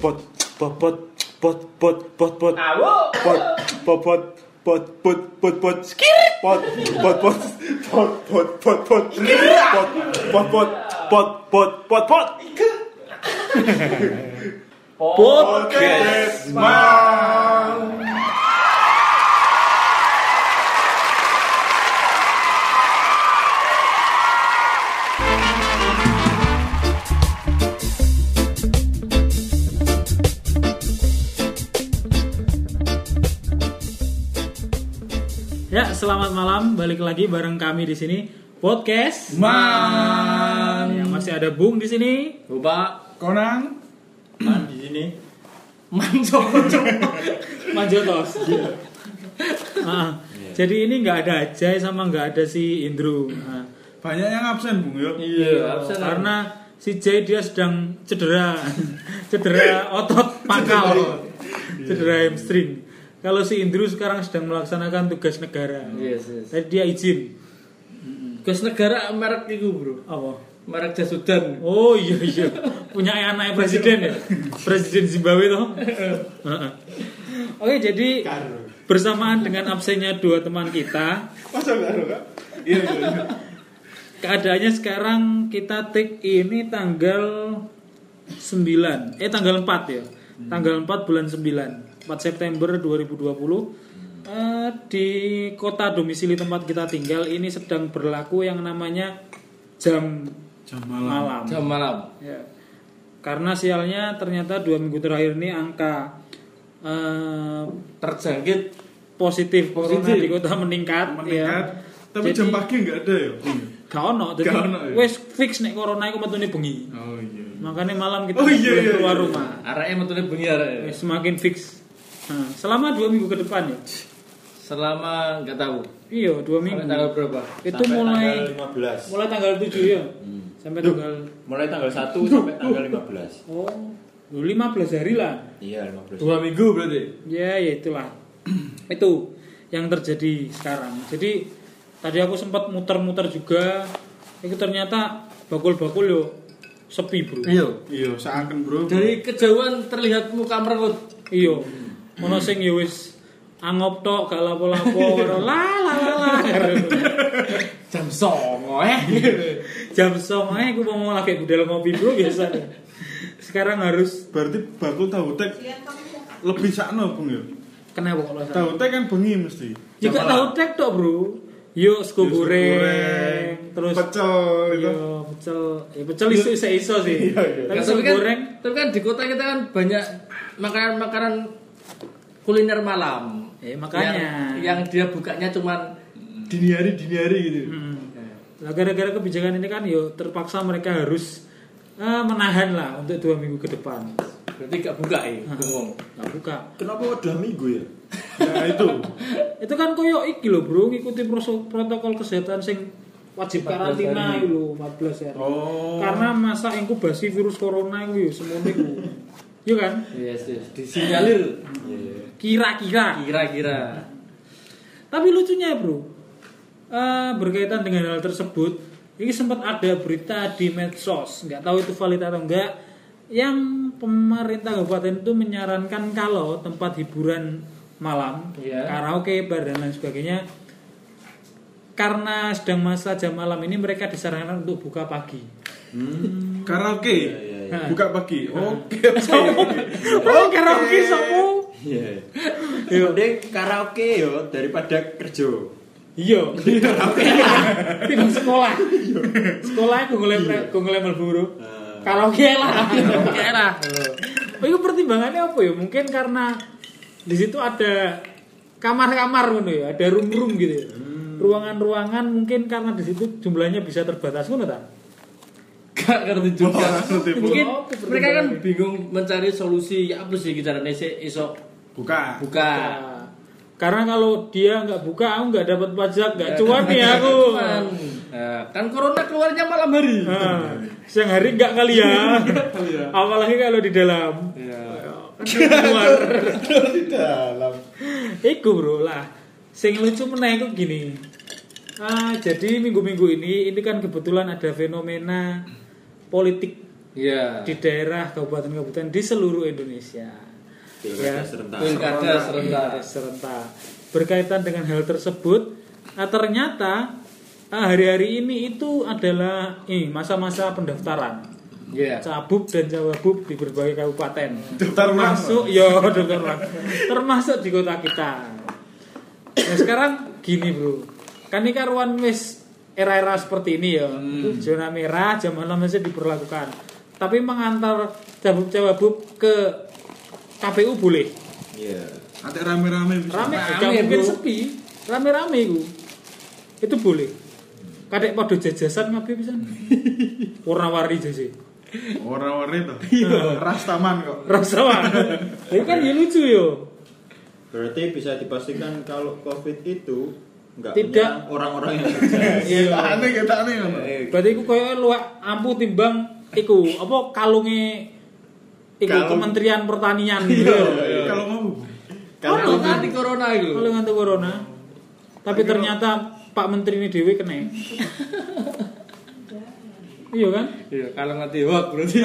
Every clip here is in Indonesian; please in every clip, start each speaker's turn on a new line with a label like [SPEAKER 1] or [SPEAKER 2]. [SPEAKER 1] pot pot pot pot pot pot pot
[SPEAKER 2] Awo.
[SPEAKER 1] pot pot pot pot pot pot pot skir pot pot pot pot pot pot pot pot pot pot pot pot pot pot
[SPEAKER 2] Podcast
[SPEAKER 1] Mang
[SPEAKER 3] Ya, selamat malam. Balik lagi bareng kami di sini podcast.
[SPEAKER 2] Man.
[SPEAKER 3] Ya, masih ada Bung di sini.
[SPEAKER 2] Coba
[SPEAKER 4] Konang
[SPEAKER 2] man di sini. Man coba coba.
[SPEAKER 3] Manjotos. Iya. Ah,
[SPEAKER 2] Iya.
[SPEAKER 3] Jadi ini nggak ada Ajay sama nggak ada si Indro. Nah,
[SPEAKER 4] banyak yang absen bung yo.
[SPEAKER 2] Iya, absen.
[SPEAKER 3] karena si Jay dia sedang cedera, cedera otot pangkal, cedera hamstring. Kalau si Indro sekarang sedang melaksanakan tugas negara.
[SPEAKER 2] Yes, yes.
[SPEAKER 3] Tadi dia izin.
[SPEAKER 2] Gas negara merek iku, Bro.
[SPEAKER 3] Apa?
[SPEAKER 2] Merek Jasudan.
[SPEAKER 3] Oh iya iya punya anaknya presiden ya presiden Zimbabwe toh. Heeh. Oke jadi bersamaan dengan absennya dua teman kita
[SPEAKER 4] Masa baru kak? Iya iya. iya.
[SPEAKER 3] keadaannya sekarang kita take ini tanggal 9 eh tanggal 4 ya tanggal 4 bulan 9 4 September 2020 Eh, di kota domisili tempat kita tinggal ini sedang berlaku yang namanya jam
[SPEAKER 4] Jam
[SPEAKER 3] malam.
[SPEAKER 2] Jam malam.
[SPEAKER 3] Ya. Karena sialnya ternyata dua minggu terakhir ini angka eh,
[SPEAKER 2] Terjangkit
[SPEAKER 3] positif, corona
[SPEAKER 2] Positif.
[SPEAKER 3] di kota meningkat.
[SPEAKER 4] Meningkat.
[SPEAKER 3] Ya.
[SPEAKER 4] Tapi
[SPEAKER 3] Jadi-
[SPEAKER 4] jam pagi nggak ada ya. Bung?
[SPEAKER 3] Gak ono, jadi
[SPEAKER 4] Gak ono, ya.
[SPEAKER 3] wes fix nek corona iku metune bengi.
[SPEAKER 4] Oh iya.
[SPEAKER 3] Makanya malam kita
[SPEAKER 4] Oh,
[SPEAKER 3] nggak
[SPEAKER 4] iya,
[SPEAKER 3] boleh
[SPEAKER 4] iya,
[SPEAKER 3] keluar
[SPEAKER 4] iya.
[SPEAKER 3] rumah.
[SPEAKER 2] arahnya metune bengi arahnya.
[SPEAKER 3] Wes semakin fix. Nah, selama dua minggu ke depan ya.
[SPEAKER 2] Selama nggak tahu.
[SPEAKER 3] Iya, dua minggu.
[SPEAKER 2] Sampai tanggal Hmm. berapa?
[SPEAKER 3] Itu mulai
[SPEAKER 5] tanggal 15
[SPEAKER 3] mulai tanggal 7 ya. Sampai tanggal
[SPEAKER 5] mulai tanggal 1 sampai tanggal 15
[SPEAKER 3] oh, 15 hari lah.
[SPEAKER 5] iya 15
[SPEAKER 2] Dua minggu berarti.
[SPEAKER 3] Ya, ya itulah. itu yang terjadi sekarang. Jadi tadi aku sempat muter-muter juga. Itu ternyata bakul-bakul yo sepi, Bro.
[SPEAKER 2] Iya.
[SPEAKER 4] Iya seakan bro.
[SPEAKER 2] Dari kejauhan terlihat muka merut.
[SPEAKER 3] Iya. Ono sing yo wis angop tok gak lapo-lapo karo la la la la.
[SPEAKER 2] Jam songo eh.
[SPEAKER 3] Iya. Jam 09.00 ae aku mau lagi budal ngopi, Bro, biasa. Sekarang harus
[SPEAKER 4] Berarti bakul tahu tek lebih sakno bung yo.
[SPEAKER 3] kenapa kalau saya?
[SPEAKER 4] Tahu tek kan bengi mesti.
[SPEAKER 3] Ya gak tahu tek tok, Bro. Yuk, sego
[SPEAKER 4] Yo,
[SPEAKER 3] goreng, terus
[SPEAKER 4] pecel gitu.
[SPEAKER 3] Iya, pecel. Ya pecel iso iso iso sih. Tapi
[SPEAKER 2] Nah,
[SPEAKER 3] sego
[SPEAKER 2] tapi kan,
[SPEAKER 3] goreng
[SPEAKER 2] tapi kan di kota kita kan banyak makanan-makanan kuliner malam.
[SPEAKER 3] Eh, makanya.
[SPEAKER 2] Yang, yang dia bukanya cuman dini hari dini hari gitu.
[SPEAKER 3] Hmm. Nah, gara-gara kebijakan ini kan yo terpaksa mereka harus eh, menahan lah untuk dua minggu ke depan.
[SPEAKER 2] Berarti gak buka ya, bengong.
[SPEAKER 3] Nggak buka.
[SPEAKER 5] kenapa udah minggu ya
[SPEAKER 4] Nah itu.
[SPEAKER 3] Itu kan koyo iki loh, Bro, ngikuti proso- protokol kesehatan sing wajib karantina iki lho 14 hari.
[SPEAKER 4] Oh.
[SPEAKER 3] Karena masa inkubasi virus corona iku yo semono iku. Iya kan?
[SPEAKER 2] Yes, yes. Disinyalir
[SPEAKER 3] Kira-kira.
[SPEAKER 2] kira-kira.
[SPEAKER 3] Tapi lucunya bro, eh, berkaitan dengan hal tersebut, ini sempat ada berita di medsos, nggak tahu itu valid atau enggak, yang pemerintah kabupaten itu menyarankan kalau tempat hiburan malam,
[SPEAKER 2] Iya.
[SPEAKER 3] karaoke, bar dan lain sebagainya, karena sedang masa jam malam ini mereka disarankan untuk buka pagi.
[SPEAKER 4] Karaoke. Buka pagi. Oke.
[SPEAKER 3] Oh, karaoke sopo?
[SPEAKER 5] iya mending karaoke yo daripada kerja
[SPEAKER 3] Iya, karaoke. Ini sekolah. Sekolah aku golek aku golek melburu.
[SPEAKER 5] Eh,
[SPEAKER 3] karaoke lah karaoke lah oh, itu pertimbangannya apa ya mungkin karena di situ ada kamar-kamar ngono ya ada room-room gitu ya. ruangan-ruangan mungkin karena di situ jumlahnya bisa terbatas ngono ta
[SPEAKER 2] Gak ngerti juga.
[SPEAKER 4] ngerti, Bu.
[SPEAKER 2] Mungkin
[SPEAKER 3] Apa pertimbangan
[SPEAKER 2] mereka kan bingung mencari solusi ya apa sih kita sih esok
[SPEAKER 4] Buka.
[SPEAKER 2] buka.
[SPEAKER 3] Nah, karena kalau dia nggak buka aku nggak dapat pajak nggak cuan nih aku
[SPEAKER 2] Cuman, eh, kan corona keluarnya malam hari.
[SPEAKER 3] Nah, siang hari nggak kali ya apalagi kalau di dalam
[SPEAKER 2] Iya.
[SPEAKER 3] luar
[SPEAKER 5] di dalam
[SPEAKER 3] Iku bro lah. Sing lucu meneh iku gini. Ah, jadi minggu-minggu ini ini kan kebetulan ada fenomena politik
[SPEAKER 2] Iya.
[SPEAKER 3] di daerah kabupaten-kabupaten di seluruh Indonesia.
[SPEAKER 5] Pilkada serentak.
[SPEAKER 2] Pilkada serentak. Iya.
[SPEAKER 3] Pilkada serentak. Berkaitan dengan hal tersebut, ah, ternyata ah, hari-hari ini itu adalah eh, masa-masa pendaftaran
[SPEAKER 2] Iya.
[SPEAKER 3] cabub dan cababub di berbagai kabupaten
[SPEAKER 4] Daftar ulang,
[SPEAKER 3] termasuk yo daftar ulang. termasuk di kota kita nah sekarang gini bro kan ini karuan wis era-era seperti ini ya zona merah jam malam masih diperlakukan tapi mengantar cabub cababub ke KPU boleh
[SPEAKER 5] Iya.
[SPEAKER 4] Ate rame-rame bisa.
[SPEAKER 3] rame
[SPEAKER 2] Rame,
[SPEAKER 3] gak mungkin
[SPEAKER 2] bro.
[SPEAKER 3] sepi rame-rame itu itu boleh kadek podo jajasan ngapain bisa warna-warni jajasan
[SPEAKER 4] Ora-ora to. Iya, ras taman kok.
[SPEAKER 3] rasa banget Tapi kan ya lucu yo
[SPEAKER 5] Berarti bisa dipastikan kalau COVID itu nggak
[SPEAKER 3] Tidak.
[SPEAKER 5] menyerang orang-orang yang kerja.
[SPEAKER 4] Iya, ane ketane ngono.
[SPEAKER 3] berarti aku kayak luwak ampuh timbang iku apa kalunge iku
[SPEAKER 4] Kalung.
[SPEAKER 3] kementerian pertanian gitu
[SPEAKER 4] Iya,
[SPEAKER 3] yo
[SPEAKER 4] kalau mau.
[SPEAKER 2] Kalau
[SPEAKER 3] Kalung.
[SPEAKER 2] nanti corona itu.
[SPEAKER 3] kalau ngantuk corona tapi ternyata pak menteri ini dewi kena iya kan
[SPEAKER 2] Iya, kalau nanti hoax berarti.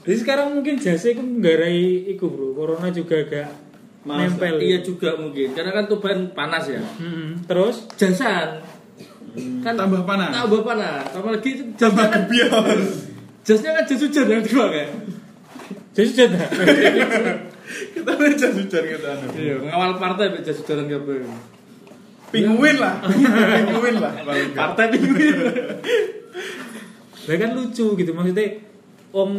[SPEAKER 3] jadi sekarang mungkin jasa iku nggarai iku bro corona juga agak
[SPEAKER 5] Masa?
[SPEAKER 3] nempel
[SPEAKER 2] iya juga mungkin karena kan Tuban panas ya.
[SPEAKER 3] Mm-mm. terus
[SPEAKER 2] Jasan. Kan
[SPEAKER 4] Tambah panas.
[SPEAKER 2] Tambah panas. Tambah lagi
[SPEAKER 4] Tambah
[SPEAKER 2] jasnya kan
[SPEAKER 4] gebyar.
[SPEAKER 2] jasnya kan jas hujan yang dipakai.
[SPEAKER 3] jadi sudah
[SPEAKER 4] Kita ane jas hujan ketane.
[SPEAKER 2] Iya, ngawal partai Pak, jas hujanan kabeh.
[SPEAKER 4] Pinguin lah. Pinguin lah.
[SPEAKER 2] Partai pinguin.
[SPEAKER 3] Lah kan lucu gitu maksudnya om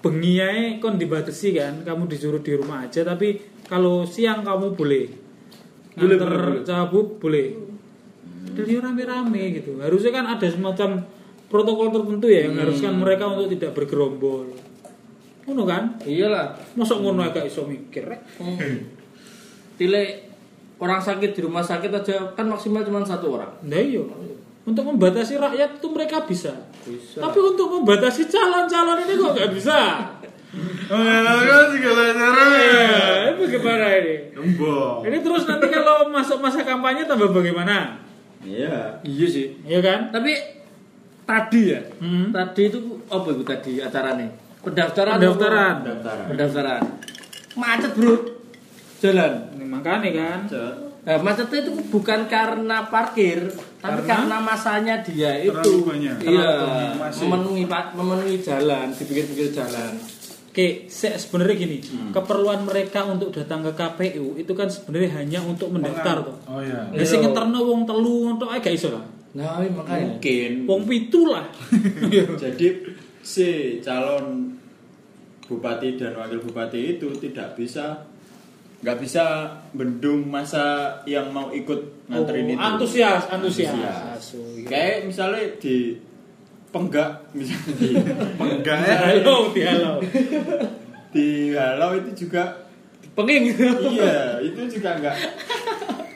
[SPEAKER 3] bengi ae kon dibatasi kan, kamu disuruh di rumah aja tapi kalau siang kamu boleh.
[SPEAKER 2] Boleh,
[SPEAKER 3] Nganter
[SPEAKER 2] boleh, boleh.
[SPEAKER 3] cabub boleh. Jadi rame-rame gitu. Harusnya kan ada semacam protokol tertentu ya
[SPEAKER 2] Hmm.
[SPEAKER 3] yang haruskan mereka untuk tidak bergerombol. Ngono kan?
[SPEAKER 2] Iyalah.
[SPEAKER 3] Mosok ngono agak iso mikir. rek?
[SPEAKER 2] Tile orang sakit di rumah sakit aja kan maksimal cuma satu orang.
[SPEAKER 3] Nah iya. Untuk membatasi rakyat itu mereka bisa.
[SPEAKER 2] Bisa.
[SPEAKER 3] Tapi untuk membatasi calon-calon ini kok nggak bisa.
[SPEAKER 4] Oh, Mengenalkan segala cara.
[SPEAKER 3] Eh, bagaimana ini?
[SPEAKER 4] Gembok.
[SPEAKER 3] Ini terus nanti kalau masuk masa kampanye tambah bagaimana?
[SPEAKER 5] Iya.
[SPEAKER 2] Iya sih.
[SPEAKER 3] Iya kan?
[SPEAKER 2] Tapi tadi ya,
[SPEAKER 3] Hmm.
[SPEAKER 2] tadi itu apa itu tadi acaranya? Pendaftaran.
[SPEAKER 3] Pendaftaran.
[SPEAKER 5] Daftaran.
[SPEAKER 2] Pendaftaran. Macet bro. Jalan.
[SPEAKER 3] Ini makanya kan.
[SPEAKER 2] Nah, macetnya itu bukan karena parkir, tapi
[SPEAKER 3] Karena?
[SPEAKER 2] karena, masanya dia itu
[SPEAKER 4] Terlalu banyak.
[SPEAKER 2] Iya,
[SPEAKER 4] masih.
[SPEAKER 2] memenuhi pa- memenuhi jalan, di pinggir-pinggir jalan.
[SPEAKER 3] Oke, se- sebenarnya gini, keperluan mereka untuk datang ke KPU itu kan sebenarnya hanya untuk mendaftar tuh.
[SPEAKER 4] Oh iya.
[SPEAKER 3] Nah, sing ngeterno wong telu untuk ae gak iso lah.
[SPEAKER 2] Nah, iya, makanya.
[SPEAKER 5] Mungkin.
[SPEAKER 3] Wong pitu lah.
[SPEAKER 5] Jadi si calon bupati dan wakil bupati itu tidak bisa nggak bisa bendung masa yang mau ikut nganterin
[SPEAKER 3] Oh,
[SPEAKER 5] itu.
[SPEAKER 3] antusias, antusias.
[SPEAKER 5] Antusias.
[SPEAKER 3] Asu, iya.
[SPEAKER 5] Kayak misalnya di penggak misalnya di,
[SPEAKER 4] Enggak ya.
[SPEAKER 3] Halo, dihalau.
[SPEAKER 5] di halau itu juga
[SPEAKER 2] Penging.
[SPEAKER 5] iya itu juga nggak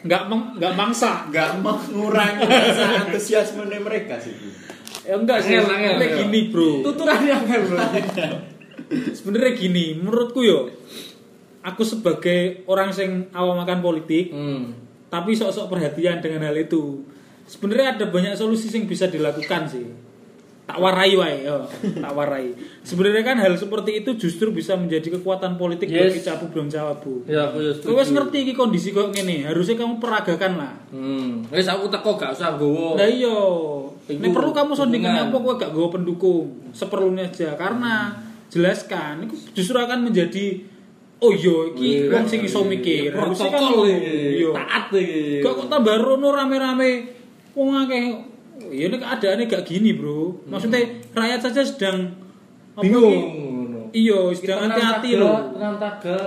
[SPEAKER 3] Enggak enggak mangsa.
[SPEAKER 5] nggak mengurangi rasa antusiasme mereka sih. Bu.
[SPEAKER 3] Ya enggak sih.
[SPEAKER 2] Angel, angel,
[SPEAKER 3] Sebenarnya
[SPEAKER 2] angel.
[SPEAKER 3] gini, Bro.
[SPEAKER 2] Tuturannya apa bro?
[SPEAKER 3] Sebenarnya gini, menurutku yo aku sebagai orang sing awam makan politik,
[SPEAKER 2] Hmm.
[SPEAKER 3] tapi sok-sok perhatian dengan hal itu sebenarnya ada banyak solusi yang bisa dilakukan sih tak warai wae yo. tak warai sebenarnya kan hal seperti itu justru bisa menjadi kekuatan politik
[SPEAKER 2] Yes.
[SPEAKER 3] bagi cabu belum cawabu
[SPEAKER 2] Ya aku ya
[SPEAKER 3] Kowe wis ngerti iki kondisi kok ngene, harusnya kamu peragakan lah.
[SPEAKER 2] Hmm. Wis aku teko gak usah nggowo.
[SPEAKER 3] Nah iya,
[SPEAKER 2] Iku
[SPEAKER 3] ini perlu kamu sondingan
[SPEAKER 2] dukungan.
[SPEAKER 3] apa kowe gak gawa pendukung seperlunya aja karena jelaskan iku justru akan menjadi oh iya iki wong sing iso mikir. Harusnya kan
[SPEAKER 2] protokol
[SPEAKER 3] ngono.
[SPEAKER 2] iki.
[SPEAKER 3] Iya.
[SPEAKER 2] Taat iki.
[SPEAKER 3] Gak kok tambah rono rame-rame. Wong akeh ya ini keadaannya gak gini, Bro. Maksudnya rakyat saja sedang apa
[SPEAKER 2] bingung
[SPEAKER 3] iki?
[SPEAKER 2] ngono.
[SPEAKER 3] Iya, sedang hati-hati loh.
[SPEAKER 2] Tenang taga.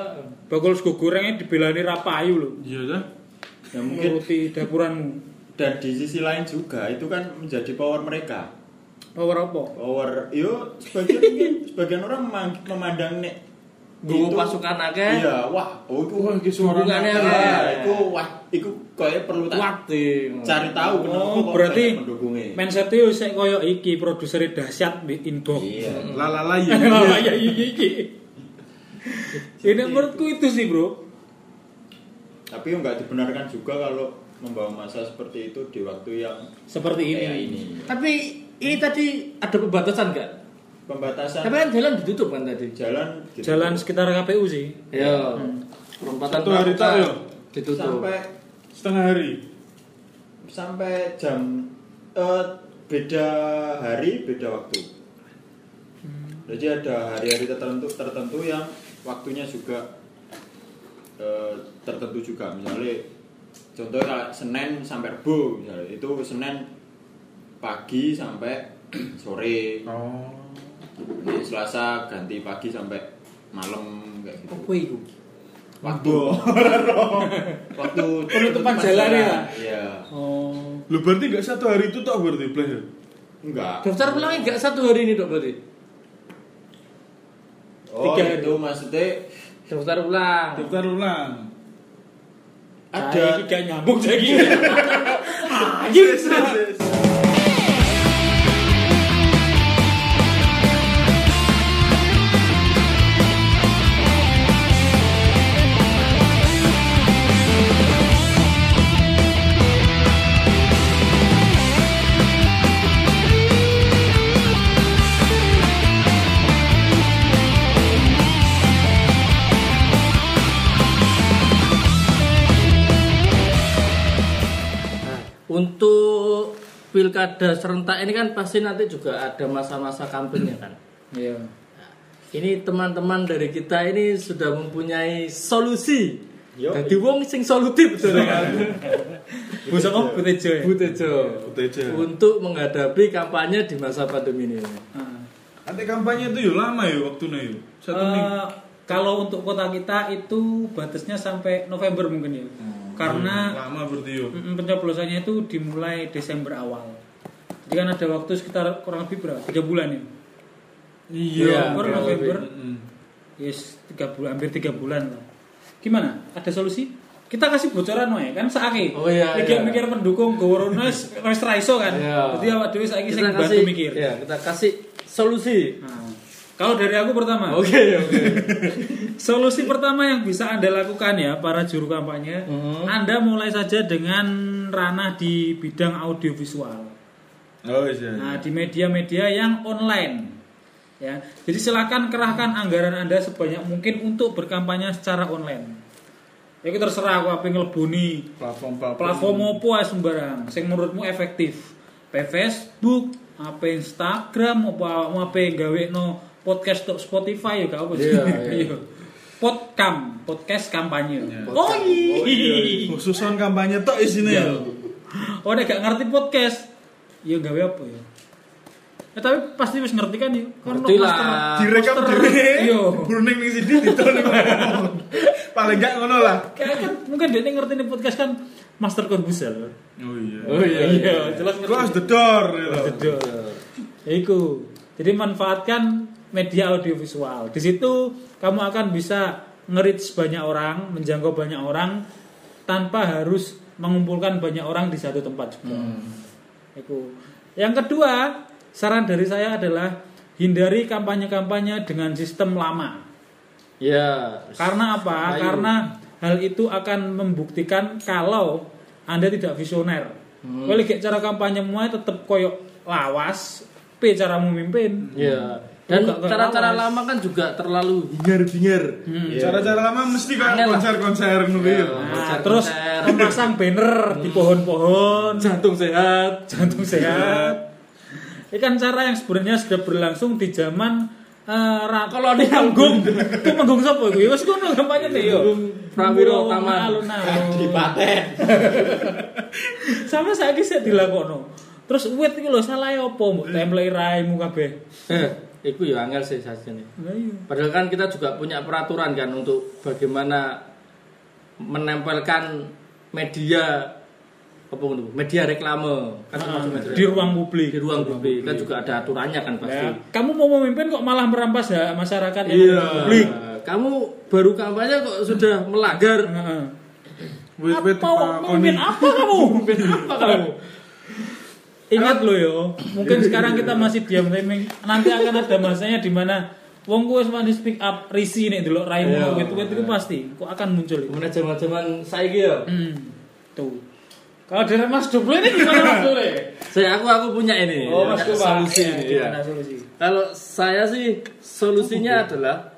[SPEAKER 3] Bakul sego gorengnya dibelani rapayu loh.
[SPEAKER 4] Iya dah.
[SPEAKER 5] Ya mungkin
[SPEAKER 3] Nuruti dapuranmu.
[SPEAKER 5] dan di sisi lain juga itu kan menjadi power mereka.
[SPEAKER 3] Power apa?
[SPEAKER 5] Power yo sebagian mungkin sebagian orang memang- memandang nek
[SPEAKER 2] Nggowo
[SPEAKER 5] itu-
[SPEAKER 2] pasukan akeh.
[SPEAKER 5] Iya, wah, oh itu
[SPEAKER 4] Wah, iki suara
[SPEAKER 2] Hubungannya
[SPEAKER 4] nakal.
[SPEAKER 2] apa?
[SPEAKER 5] Iya, itu wah, itu kayak perlu tak
[SPEAKER 2] Kuat iki.
[SPEAKER 5] cari tahu kenapa
[SPEAKER 3] Oh,
[SPEAKER 5] kok
[SPEAKER 3] berarti
[SPEAKER 5] banyak pendukungnya.
[SPEAKER 3] mindsetnya yo sik koyo iki produsernya dahsyat di inbox.
[SPEAKER 5] Iya.
[SPEAKER 4] La la la ya.
[SPEAKER 3] ya iya iki. Ini menurutku itu sih, Bro.
[SPEAKER 5] Tapi nggak dibenarkan juga kalau membawa masa seperti itu di waktu yang
[SPEAKER 3] Seperti ini.
[SPEAKER 5] kayak ini.
[SPEAKER 2] Tapi ini tadi ada pembatasan gak?
[SPEAKER 5] pembatasan
[SPEAKER 2] Tapi kan jalan ditutup kan tadi. Hmm.
[SPEAKER 5] jalan gitu.
[SPEAKER 3] Jalan sekitar KPU sih.
[SPEAKER 2] Ayo. Perempatan
[SPEAKER 4] Satu hari
[SPEAKER 2] Pramuka
[SPEAKER 4] tak, yo?
[SPEAKER 2] ditutup.
[SPEAKER 5] sampai
[SPEAKER 4] setengah hari
[SPEAKER 5] sampai jam eh, beda hari beda waktu.
[SPEAKER 3] Hmm.
[SPEAKER 5] Jadi ada hari-hari tertentu tertentu yang waktunya juga eh, tertentu juga misalnya contohnya kalau Senin sampai Rebo misalnya itu Senin pagi sampai sore.
[SPEAKER 4] oh
[SPEAKER 5] Nanti Selasa ganti pagi sampai malam kayak gitu.
[SPEAKER 2] Apa itu?
[SPEAKER 5] Waktu waktu
[SPEAKER 3] Penutupan jalan ya?
[SPEAKER 5] Iya.
[SPEAKER 3] Oh.
[SPEAKER 4] lu berarti nggak satu hari itu tak berarti play ya?
[SPEAKER 5] Enggak.
[SPEAKER 2] Daftar pulangnya gak satu hari ini dok berarti.
[SPEAKER 5] Oh,
[SPEAKER 3] Tiga.
[SPEAKER 5] itu maksudnya
[SPEAKER 2] Daftar pulang.
[SPEAKER 4] daftar ulang
[SPEAKER 5] ada Iya.
[SPEAKER 3] Ada gak nyambung Ah, lagi. iya,
[SPEAKER 2] Untuk pilkada serentak ini kan pasti nanti juga ada masa-masa kampanye kan.
[SPEAKER 3] Iya.
[SPEAKER 2] Ini teman-teman dari kita ini sudah mempunyai solusi.
[SPEAKER 5] Yo.
[SPEAKER 2] Jadi wong sing solutif betul kan.
[SPEAKER 5] Iya,
[SPEAKER 3] Bisa kok betejo ya.
[SPEAKER 2] Bu Tejo.
[SPEAKER 4] Bu Tejo.
[SPEAKER 2] Untuk menghadapi kampanye di masa pandemi ini.
[SPEAKER 3] Nah.
[SPEAKER 4] Ate kampanye itu yo lama yo waktunya yo. Satu
[SPEAKER 3] Eh,
[SPEAKER 4] minggu.
[SPEAKER 3] kalau untuk kota kita itu batasnya sampai November mungkin ya.
[SPEAKER 5] Hmm.
[SPEAKER 3] Karena
[SPEAKER 4] lama berarti yo.
[SPEAKER 3] mm, pencoblosannya itu dimulai Desember awal. Jadi kan ada waktu sekitar kurang lebih berapa? 3 bulan ya.
[SPEAKER 2] Iya,
[SPEAKER 4] Iya.
[SPEAKER 3] November,
[SPEAKER 2] kurang lebih.
[SPEAKER 3] November.
[SPEAKER 4] Mm-mm.
[SPEAKER 3] Yes, 3 bulan, hampir 3 bulan lah. Gimana? Ada solusi? Kita kasih bocoran wae kan saake.
[SPEAKER 2] Oh, iya,
[SPEAKER 3] Lagi
[SPEAKER 2] iya.
[SPEAKER 3] mikir pendukung Gorono wis wis ra iso kan.
[SPEAKER 2] Iya.
[SPEAKER 3] Jadi awak dhewe saiki sing
[SPEAKER 2] Kita
[SPEAKER 3] bantu
[SPEAKER 2] kasih
[SPEAKER 3] mikir.
[SPEAKER 2] Ya, kita kasih solusi.
[SPEAKER 3] Nah, kalau dari aku
[SPEAKER 2] Oh,
[SPEAKER 3] pertama.
[SPEAKER 2] Oke, oke.
[SPEAKER 3] Solusi pertama yang bisa Anda lakukan ya para juru kampanye,
[SPEAKER 4] Mm-hmm.
[SPEAKER 2] Mhm.
[SPEAKER 3] Anda mulai saja dengan ranah di bidang audiovisual.
[SPEAKER 4] Oh iya.
[SPEAKER 3] Nah, di media-media yang online. Ya. Jadi silakan kerahkan anggaran Anda sebanyak mungkin untuk berkampanye secara online. Ya itu terserah aku apa ngeleboni
[SPEAKER 4] Platform platform.
[SPEAKER 3] platform opo ae sembarang sing menurutmu efektif. Pe Facebook, apa Instagram, apa awakmu apa gawe no podcast tok Spotify ya gak apa
[SPEAKER 2] Iya, iya.
[SPEAKER 3] Iya. Podcam, podcast kampanye.
[SPEAKER 4] Iya.
[SPEAKER 3] Oh iya.
[SPEAKER 4] Khususan Oh, kampanye tok isine
[SPEAKER 3] Iya.
[SPEAKER 4] yo.
[SPEAKER 3] Oh, nek gak ngerti podcast, ya gawe apa ya? Eh tapi pasti wis ngerti kan ya? Kan
[SPEAKER 2] Ngerti
[SPEAKER 3] no
[SPEAKER 2] lah.
[SPEAKER 3] master.
[SPEAKER 4] Direkam
[SPEAKER 3] poster.
[SPEAKER 4] dhewe.
[SPEAKER 3] Iya.
[SPEAKER 4] Bruning ning sini diton. Paling gak ngono lah.
[SPEAKER 3] Kayak kan mungkin dia ngerti nih podcast kan Master Corbusier.
[SPEAKER 4] Oh iya.
[SPEAKER 2] Oh iya.
[SPEAKER 3] jelas
[SPEAKER 4] Close the door gitu.
[SPEAKER 3] Jedor. Ya Iku. Jadi manfaatkan media audiovisual. Di situ kamu akan bisa nge-reach banyak orang, menjangkau banyak orang tanpa harus mengumpulkan banyak orang di satu tempat juga. Iku. Yang kedua, saran dari saya adalah hindari kampanye-kampanye dengan sistem lama.
[SPEAKER 2] Ya.
[SPEAKER 3] Karena apa?
[SPEAKER 2] Ayo.
[SPEAKER 3] Karena hal itu akan membuktikan kalau Anda tidak visioner.
[SPEAKER 2] Hmm.
[SPEAKER 3] Kalau kayak cara kampanye muai tetap koyok lawas, p caramu mimpin.
[SPEAKER 2] Ya. Dan
[SPEAKER 3] Buka- buka
[SPEAKER 2] cara-cara
[SPEAKER 3] lawas.
[SPEAKER 2] lama kan juga terlalu hingar-bingar.
[SPEAKER 3] Hmm,
[SPEAKER 4] Cara-cara lama mesti kayak
[SPEAKER 2] Aneh lah.
[SPEAKER 4] konser-konser ngono yo.
[SPEAKER 3] Nah,
[SPEAKER 2] Konser-konser.
[SPEAKER 3] terus memasang banner di pohon-pohon,
[SPEAKER 2] Jantung sehat.
[SPEAKER 3] jantung sehat. Ini kan cara yang sebenarnya sudah berlangsung di zaman eh, ra-
[SPEAKER 2] Kolonial.
[SPEAKER 3] manggung. Itu manggung sapa iku? Ya wis kono kampanye teh yo.
[SPEAKER 2] Manggung Prawiro Taman.
[SPEAKER 3] Alun-alun.
[SPEAKER 5] di paten.
[SPEAKER 3] Sama saiki sik dilakokno. Terus wit iki lho salah opo mbok template raimu kabeh. iya.
[SPEAKER 2] Eh, itu ya angel sih saja nih.
[SPEAKER 3] Ayo.
[SPEAKER 2] Padahal kan kita juga punya peraturan kan untuk bagaimana menempelkan media apa itu? Media reklame kan termasuk media
[SPEAKER 3] di
[SPEAKER 2] reklame.
[SPEAKER 3] ruang publik.
[SPEAKER 2] di ruang publik kan juga ada aturannya kan pasti.
[SPEAKER 3] Nah, kamu mau memimpin kok malah merampas hak masyarakat yang
[SPEAKER 2] Iya.
[SPEAKER 3] ada di publik.
[SPEAKER 2] Kamu baru kampanye kok sudah melanggar
[SPEAKER 3] Heeh.
[SPEAKER 4] Wait wait uh,
[SPEAKER 3] apa
[SPEAKER 4] Pak
[SPEAKER 3] memimpin
[SPEAKER 4] Koni.
[SPEAKER 3] apa kamu? Memimpin
[SPEAKER 2] apa kamu?
[SPEAKER 3] Ingat lo yo, mungkin
[SPEAKER 4] Iya,
[SPEAKER 3] sekarang kita masih diam tapi nanti akan ada masanya di mana wong kuwi mandi speak up risi nek delok
[SPEAKER 2] Iya.
[SPEAKER 3] raimu wit-wit itu pasti kok akan muncul itu.
[SPEAKER 2] Gimana zaman-zaman saya gitu?
[SPEAKER 3] Hmm. Tuh. Kalau dari Mas Duble ini gimana Mas Duble?
[SPEAKER 2] Saya aku aku punya ini.
[SPEAKER 3] Oh, Mas Duble.
[SPEAKER 2] solusi.
[SPEAKER 3] Iya,
[SPEAKER 2] Iya.
[SPEAKER 3] gimana solusi?
[SPEAKER 2] Kalau saya sih solusinya adalah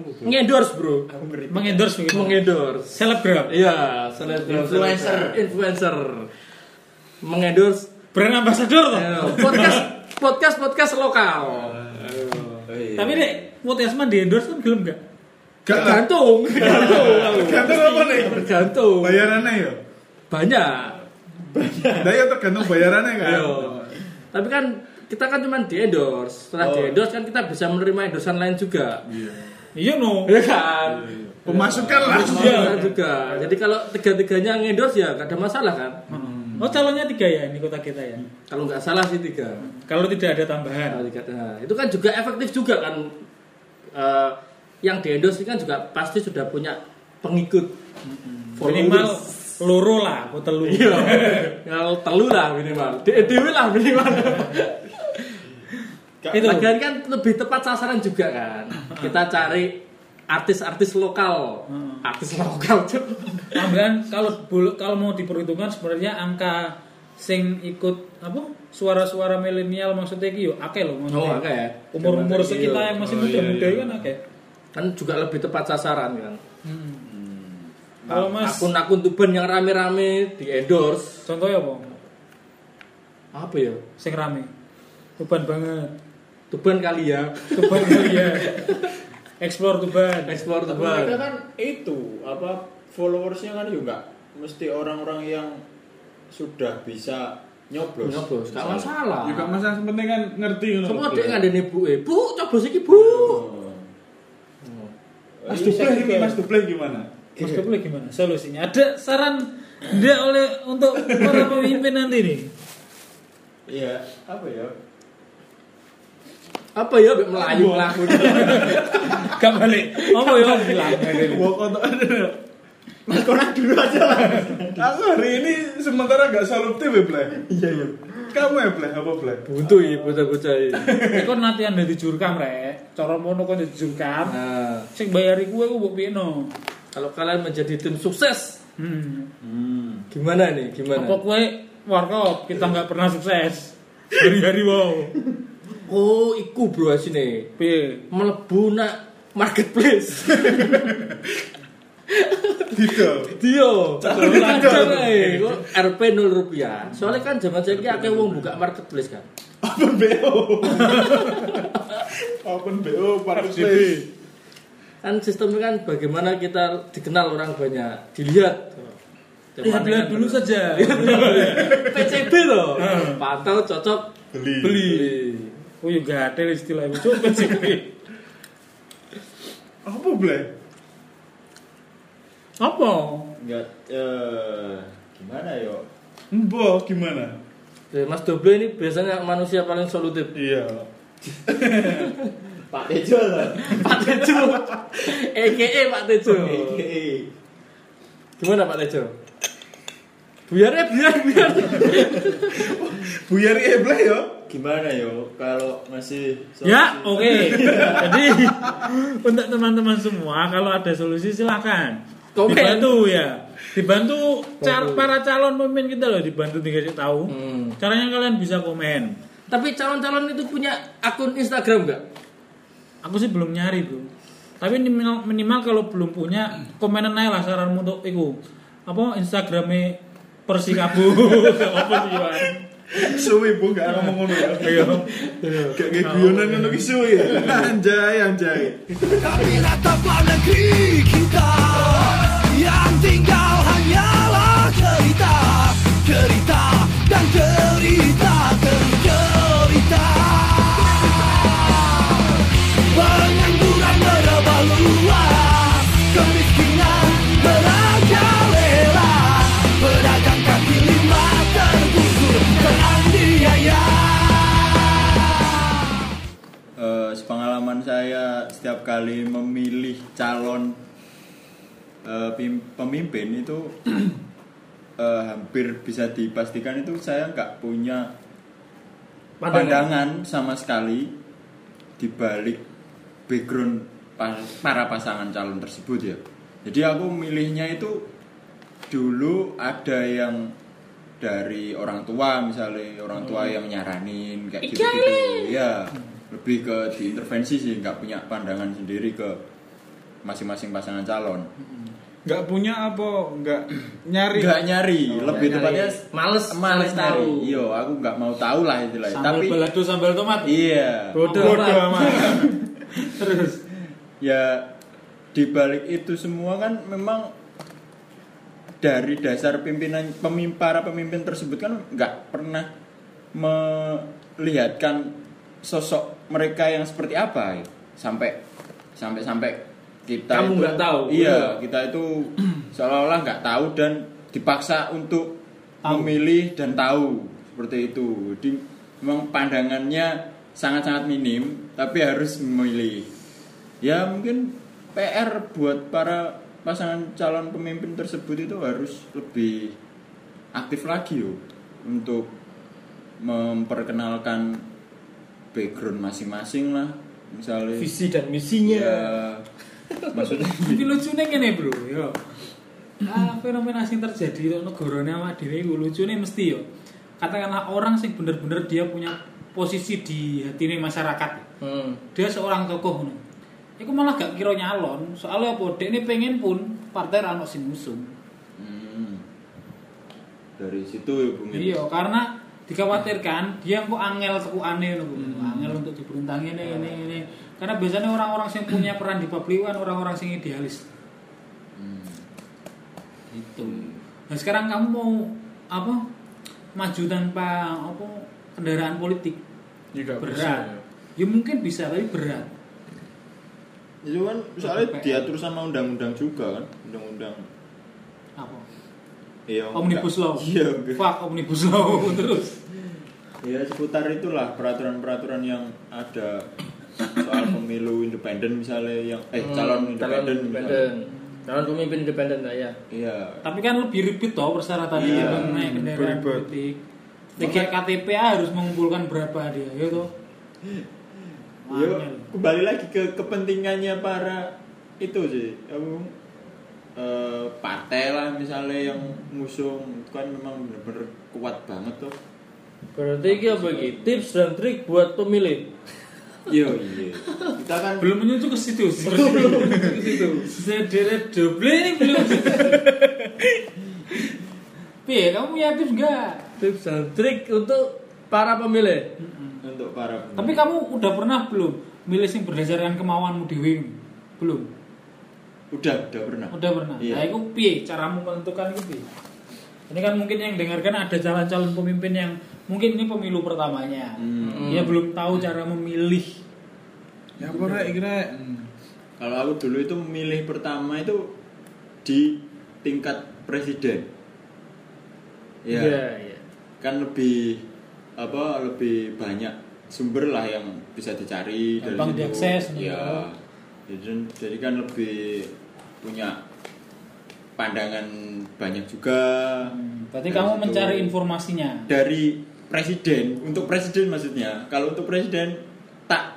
[SPEAKER 2] ngendorse, Bro.
[SPEAKER 3] Mengendorse begitu.
[SPEAKER 2] Mengendorse.
[SPEAKER 3] Selebgram.
[SPEAKER 2] Iya, selebgram
[SPEAKER 5] Influencer.
[SPEAKER 2] influencer. Mengendorse
[SPEAKER 3] Brand ambassador tuh.
[SPEAKER 2] eh, podcast podcast podcast lokal.
[SPEAKER 5] Oh, iya.
[SPEAKER 3] Tapi Dek, Wood Yasman di endorse kan gelem gak?
[SPEAKER 4] Gak lah.
[SPEAKER 2] Gantung, gantung.
[SPEAKER 4] Tergantung apa nih?
[SPEAKER 2] Tergantung.
[SPEAKER 4] Bayarannya ya.
[SPEAKER 2] Banyak.
[SPEAKER 4] Nah ya tergantung bayarannya kan.
[SPEAKER 2] Ayo. Tapi kan kita kan cuma di endorse. Setelah di endorse kan kita bisa menerima endorsean lain juga.
[SPEAKER 3] Iya no.
[SPEAKER 2] Iya kan?
[SPEAKER 4] Pemasukan lah.
[SPEAKER 2] Iya juga. Jadi kalau tiga-tiganya endorse ya gak ada masalah kan?
[SPEAKER 3] Oh calonnya tiga ya ini kota kita ya.
[SPEAKER 2] Kalau nggak salah sih tiga.
[SPEAKER 3] Kalau tidak ada tambahan.
[SPEAKER 2] Kalau tiga- nah, itu kan juga efektif juga kan. Eh, yang di endorse ini kan juga pasti sudah punya pengikut.
[SPEAKER 3] Minimal
[SPEAKER 2] Followers.
[SPEAKER 3] loro lah, aku telu.
[SPEAKER 2] Iya. Kalau telu lah minimal. Di EDW lah minimal.
[SPEAKER 3] Itu.
[SPEAKER 2] itu lagian kan lebih tepat sasaran juga kan. Kita cari artis-artis lokal. Artis lokal tuh.
[SPEAKER 3] Tambahan kalau bul- kalau mau diperhitungkan sebenarnya angka sing ikut apa suara-suara milenial maksudnya iki yo akeh lho
[SPEAKER 2] Oh,
[SPEAKER 3] maksudnya.
[SPEAKER 2] oke. ya.
[SPEAKER 3] Umur-umur
[SPEAKER 4] Iya,
[SPEAKER 3] sekitar yang
[SPEAKER 4] oh,
[SPEAKER 3] masih muda-muda kan akeh.
[SPEAKER 2] Kan juga lebih tepat sasaran kan.
[SPEAKER 4] Nah,
[SPEAKER 3] Kalau Mas
[SPEAKER 2] Akun-akun tuban yang rame-rame di endorse.
[SPEAKER 3] contohnya apa?
[SPEAKER 2] Apa ya?
[SPEAKER 3] Sing rame. Tuban banget.
[SPEAKER 2] Tuban kali ya.
[SPEAKER 3] Tuban kali ya. Explore Tuban.
[SPEAKER 2] Explore
[SPEAKER 5] Tapi mereka
[SPEAKER 2] tuban.
[SPEAKER 5] kan itu apa followersnya kan juga mesti orang-orang yang sudah bisa nyoblos.
[SPEAKER 2] Ya, bos. Gak masalah.
[SPEAKER 4] Juga masalah penting kan ngerti ngono.
[SPEAKER 2] Semua dia
[SPEAKER 3] kan?
[SPEAKER 2] ngandani bu, eh, bu, coba sih bu.
[SPEAKER 5] Oh.
[SPEAKER 4] Mas Dupleh
[SPEAKER 5] Iya.
[SPEAKER 4] ini, Mas Dupleh gimana?
[SPEAKER 3] Mas Duble gimana solusinya? Ada saran tidak oleh untuk para pemimpin nanti nih?
[SPEAKER 5] Iya, apa ya?
[SPEAKER 2] Apa ya, Bek, melayu lah.
[SPEAKER 3] Gak balik. Apa ya? Bilang.
[SPEAKER 4] Gua kotor dulu.
[SPEAKER 5] Mas Konan dulu aja lah.
[SPEAKER 4] Aku hari ini sementara gak solutif ya, Bleh. Iya, iya. Kamu ya, Bleh, apa, Bleh?
[SPEAKER 2] Buntu ya, bocah-bocah ya.
[SPEAKER 3] Iku latihan dari jurkam rek. Cara mono kok dari jurkam.
[SPEAKER 2] Nah,
[SPEAKER 3] Sing bayari gue gue buktiin no.
[SPEAKER 2] kalau kalian menjadi tim sukses,
[SPEAKER 3] Hmm.
[SPEAKER 2] gimana nih? Gimana?
[SPEAKER 3] Apa gue warkop kita nggak pernah sukses. Hari-hari wow.
[SPEAKER 2] Oh, iku bro sini
[SPEAKER 3] Piye?
[SPEAKER 2] melebu nak marketplace.
[SPEAKER 4] Tidak.
[SPEAKER 2] Dio,
[SPEAKER 4] Cari
[SPEAKER 2] lancar,
[SPEAKER 4] lancar.
[SPEAKER 2] eh. Kok RP 0 rupiah. Soalnya kan zaman saya akeh wong buka marketplace kan.
[SPEAKER 4] Open BO. Open BO, Parketplace.
[SPEAKER 2] Kan sistemnya kan bagaimana kita dikenal orang banyak, dilihat.
[SPEAKER 3] Ya, lihat dulu saja.
[SPEAKER 2] PCB loh. Pantau cocok
[SPEAKER 4] Beli.
[SPEAKER 2] beli.
[SPEAKER 3] Oh juga ada istilah itu. Coba sih.
[SPEAKER 4] Apa, Bleh?
[SPEAKER 3] Apa?
[SPEAKER 5] Enggak eh gimana ya? yo?
[SPEAKER 4] Mbok, gimana?
[SPEAKER 2] Eh, Mas Doble ini biasanya manusia paling solutif.
[SPEAKER 4] Iya.
[SPEAKER 5] Pak Tejo lah.
[SPEAKER 2] Pak Tejo. EKE Pak Tejo.
[SPEAKER 5] Oke.
[SPEAKER 2] Gimana Pak Tejo? Buyar ya, buyar, buyar.
[SPEAKER 4] Bu Yari eh, Bleh, yo.
[SPEAKER 5] Gimana yo kalau masih
[SPEAKER 3] Ya, oke. Jadi untuk teman-teman semua kalau ada solusi silakan.
[SPEAKER 2] Komen.
[SPEAKER 3] Dibantu ya. Dibantu car- para calon pemimpin kita loh dibantu dikasih tahu.
[SPEAKER 2] Hmm.
[SPEAKER 3] Caranya kalian bisa komen.
[SPEAKER 2] Tapi calon-calon itu punya akun Instagram nggak?
[SPEAKER 3] Aku sih belum nyari, Bro. Tapi minimal, minimal kalau belum punya komenan aja lah saranmu untuk iku. Apa Instagramnya Persikabo. apa sih, Wan?
[SPEAKER 4] Suwi, Bu, gak ngomong ngono ya.
[SPEAKER 3] Ayo.
[SPEAKER 4] Gak kayak guyonan ngono ki suwi. Anjay, anjay.
[SPEAKER 6] Dari ratapan negeri kita Yang tinggal hanyalah cerita Cerita dan cerita Tercerita Pengangguran meraba luas Kemiskinan merajalela Pedagang kaki lima tergusur Teraniaya
[SPEAKER 5] Eh, sepengalaman saya setiap kali memilih calon eh, pim- pemimpin itu eh, hampir bisa dipastikan itu saya nggak punya pandangan sama sekali di balik background pa- para pasangan calon tersebut ya. Jadi aku milihnya itu dulu ada yang dari orang tua misalnya orang tua yang nyaranin kayak gitu gitu ya lebih ke diintervensi sih nggak punya pandangan sendiri ke masing-masing pasangan calon
[SPEAKER 4] nggak punya apa nggak nyari
[SPEAKER 5] nggak nyari lebih
[SPEAKER 2] nggak
[SPEAKER 5] tepatnya
[SPEAKER 2] nyari. Males, males
[SPEAKER 5] males
[SPEAKER 2] tahu.
[SPEAKER 5] tahu iya aku nggak mau tahu lah istilahnya
[SPEAKER 3] Sambal
[SPEAKER 5] tapi
[SPEAKER 3] balado sambal tomat.
[SPEAKER 5] iya
[SPEAKER 3] Bodoh.
[SPEAKER 4] bodoh amat
[SPEAKER 3] Terus
[SPEAKER 5] ya dibalik itu semua kan memang dari dasar pimpinan pemimpin para pemimpin tersebut kan nggak pernah melihatkan sosok mereka yang seperti apa ya. sampai sampai sampai kita
[SPEAKER 2] Kamu
[SPEAKER 5] itu-
[SPEAKER 2] nggak tahu.
[SPEAKER 5] iya kita itu seolah-olah nggak tahu dan dipaksa untuk memilih dan tahu seperti itu jadi memang pandangannya sangat-sangat minim tapi harus memilih ya mungkin PR buat para pasangan calon pemimpin tersebut itu harus lebih aktif lagi yo untuk memperkenalkan background masing-masing lah misalnya
[SPEAKER 3] visi dan
[SPEAKER 5] ya
[SPEAKER 3] misinya.
[SPEAKER 5] maksudnya
[SPEAKER 3] Tapi lucunya gini bro, yo. Ah, fenomena sing terjadi di negara ini awak dhewe iku lucune mesti yo. Katakanlah orang sing bener-bener dia punya posisi di hatine masyarakat.
[SPEAKER 5] Iya.
[SPEAKER 2] Hmm.
[SPEAKER 3] dia seorang tokoh ngono. Iku malah gak kira nyalon, soalnya apa? Dek ini pengen pun partai rano sing ngusung.
[SPEAKER 5] hmm, dari situ ya bung
[SPEAKER 3] Iya, karena dikhawatirkan dia kok angel tekuane ngono Bu. Angel untuk diperuntangi ini ini ini. Karena biasanya orang-orang yang punya peran di pabliwan, orang-orang yang idealis.
[SPEAKER 5] Hmm. Gitu.
[SPEAKER 3] Itu. Nah sekarang kamu mau apa? Maju tanpa apa kendaraan politik
[SPEAKER 4] ya nggak bisa
[SPEAKER 3] berat. Iya, Ya mungkin bisa tapi berat.
[SPEAKER 5] itu kan soalnya
[SPEAKER 3] PR.
[SPEAKER 5] diatur sama undang-undang juga kan undang-undang
[SPEAKER 3] Apa?
[SPEAKER 5] iya
[SPEAKER 3] Omnibus Law.
[SPEAKER 5] enggak. iya enggak.
[SPEAKER 3] Fuck Omnibus Law terus.
[SPEAKER 5] Ya seputar itulah peraturan-peraturan yang ada soal pemilu independen misalnya yang eh calon
[SPEAKER 2] Hmm, calon
[SPEAKER 5] independen
[SPEAKER 2] independen.
[SPEAKER 5] misalnya.
[SPEAKER 2] Calon pemimpin independen lah ya.
[SPEAKER 5] Iya.
[SPEAKER 3] Tapi kan lebih ribet toh persyaratannya
[SPEAKER 5] Iya,
[SPEAKER 3] mengenai kendaraan
[SPEAKER 4] beribet.
[SPEAKER 3] politik. Tiket KTP harus mengumpulkan berapa dia, ya toh.
[SPEAKER 5] Yo,
[SPEAKER 3] Makanya.
[SPEAKER 5] kembali lagi ke kepentingannya para itu sih. Kamu eh, partai lah misalnya yang ngusung itu kan memang bener-bener kuat banget tuh.
[SPEAKER 2] Berarti ini apa iki? Tips dan trik buat pemilih.
[SPEAKER 5] Iya, iya. Kita kan
[SPEAKER 3] Belum menyentuh ke situ. Belum ke situ. Sederet double ini belum. Piye, kamu punya tips enggak?
[SPEAKER 2] Tips dan trik untuk para pemilih.
[SPEAKER 5] untuk para
[SPEAKER 3] Tapi kan kamu udah pernah belum milih sing berdasarkan kemauanmu dewi? Belum.
[SPEAKER 5] udah udah pernah.
[SPEAKER 3] Udah pernah.
[SPEAKER 5] Iya.
[SPEAKER 3] Nah, itu piye caramu menentukan itu piye? Ini kan mungkin yang dengarkan ada calon-calon pemimpin yang mungkin ini pemilu pertamanya.
[SPEAKER 5] Hmm.
[SPEAKER 3] Dia belum tahu cara memilih.
[SPEAKER 4] ya apa rek kira
[SPEAKER 5] Kalau aku dulu itu milih pertama itu di tingkat presiden. Ya.
[SPEAKER 2] iya.
[SPEAKER 5] Kan lebih apa lebih banyak sumber lah yang bisa dicari
[SPEAKER 3] Gampang
[SPEAKER 5] situ.
[SPEAKER 3] diakses, gitu.
[SPEAKER 5] Ya.
[SPEAKER 3] bener.
[SPEAKER 5] Jadi, jadi kan lebih punya pandangan banyak juga.
[SPEAKER 3] Berarti
[SPEAKER 4] Iya,
[SPEAKER 5] Dari
[SPEAKER 3] kamu
[SPEAKER 5] situ.
[SPEAKER 3] mencari informasinya.
[SPEAKER 5] dari presiden untuk presiden maksudnya. Kalau untuk presiden tak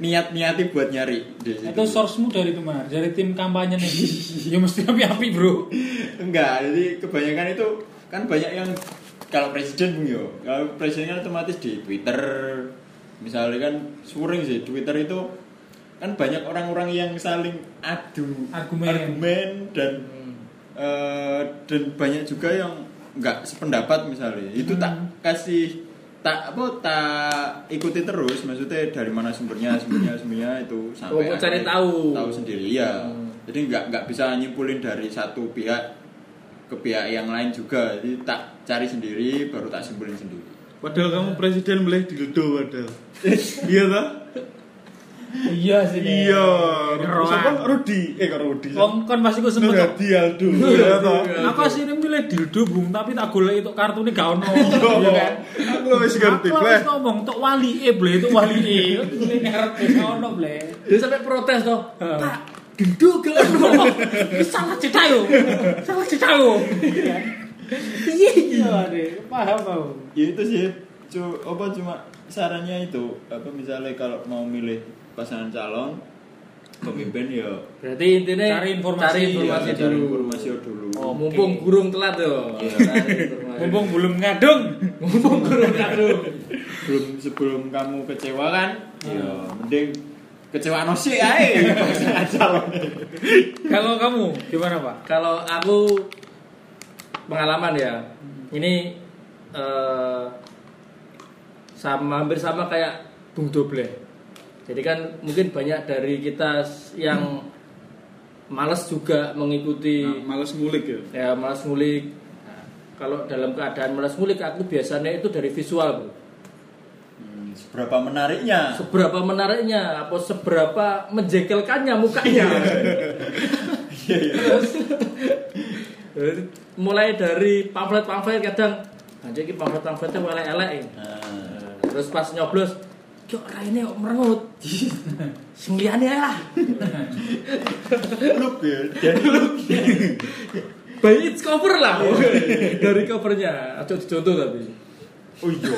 [SPEAKER 5] niat-niati buat nyari di situ.
[SPEAKER 3] Itu sourcemu dari itu mana? Dari tim kampanye nih. ya mesti api-api, Bro.
[SPEAKER 5] Enggak, jadi kebanyakan itu kan banyak yang kalau presiden Bung yo, kalau presiden kan otomatis di Twitter. Misalnya kan sering sih Twitter itu kan banyak orang-orang yang saling adu
[SPEAKER 3] Argumen.
[SPEAKER 5] argumen dan
[SPEAKER 2] Hmm.
[SPEAKER 5] eh, dan banyak juga yang nggak sependapat misalnya. Itu tak
[SPEAKER 2] Hmm.
[SPEAKER 5] kasih tak apa tak ikuti terus maksudnya dari mana sumbernya sumbernya sumbernya itu
[SPEAKER 2] Oh,
[SPEAKER 5] sampai
[SPEAKER 2] mau cari
[SPEAKER 5] akhirnya
[SPEAKER 2] tahu. Hmm.
[SPEAKER 5] tahu sendiri ya jadi nggak nggak bisa nyimpulin dari satu pihak ke pihak yang lain juga jadi tak cari sendiri baru tak simpulin sendiri
[SPEAKER 4] padahal kamu presiden boleh dildo padahal iya toh
[SPEAKER 3] iya sih. Nek.
[SPEAKER 4] iya siapa
[SPEAKER 3] Roan.
[SPEAKER 4] Rudi eh kok Rudi
[SPEAKER 3] Wong kon pasti ku sempet.
[SPEAKER 4] Rudi Aldo iya toh
[SPEAKER 3] Aku asline milih dildo, Bung, tapi tak golek itu kartune gak ono.
[SPEAKER 4] Iya
[SPEAKER 3] Iya kan?
[SPEAKER 4] Aku lo wis ngerti
[SPEAKER 3] Aku
[SPEAKER 4] bleh.
[SPEAKER 3] harus ngomong tok wali e ble tok wali e. Ini ngarep gak ono ble.
[SPEAKER 2] Dia sampai protes toh.
[SPEAKER 3] Heeh.
[SPEAKER 2] Pak, gendut gak ono.
[SPEAKER 3] Ini salah cerita yo. Salah cerita yo. Iya deh, paham aku.
[SPEAKER 5] ya itu sih cu- apa cuma sarannya itu apa misalnya kalau mau milih pasangan calon pemimpin ya
[SPEAKER 2] Berarti intinya
[SPEAKER 3] Cari informasi.
[SPEAKER 2] cari
[SPEAKER 5] ya,
[SPEAKER 2] informasi
[SPEAKER 5] cari
[SPEAKER 2] dulu.
[SPEAKER 5] informasi dulu
[SPEAKER 2] Oh, mumpung gurung telat tuh. Cari informasi.
[SPEAKER 3] Mumpung belum ngadung.
[SPEAKER 2] Mumpung kurang kadung.
[SPEAKER 5] Sebelum sebelum kamu kecewa kan? Ya, mending kecewa nosi ae.
[SPEAKER 3] Kalau kamu gimana pak?
[SPEAKER 2] Kalau aku pengalaman ya, ini eh, sama hampir sama kayak Bung Doble. Jadi kan mungkin banyak dari kita yang males juga mengikuti
[SPEAKER 4] Males ngulik ya.
[SPEAKER 2] ya malas ngulik Nah, kalau dalam keadaan malas ngulik aku biasanya itu dari visual Bu.
[SPEAKER 5] Hmm, Seberapa menariknya?
[SPEAKER 2] seberapa menariknya atau seberapa menjengkelkannya mukanya Iya. terus terus mulai dari pamflet pamflet kadang anjir ini pamflet pamfletnya elek elek
[SPEAKER 5] Nah,
[SPEAKER 2] terus pas nyoblos Yuk raine kok merengut. Sing liyane ae lah.
[SPEAKER 5] Look ya, dan
[SPEAKER 2] By its cover lah. Iya. Dari covernya. Aja dicontoh tapi.
[SPEAKER 5] oh iya.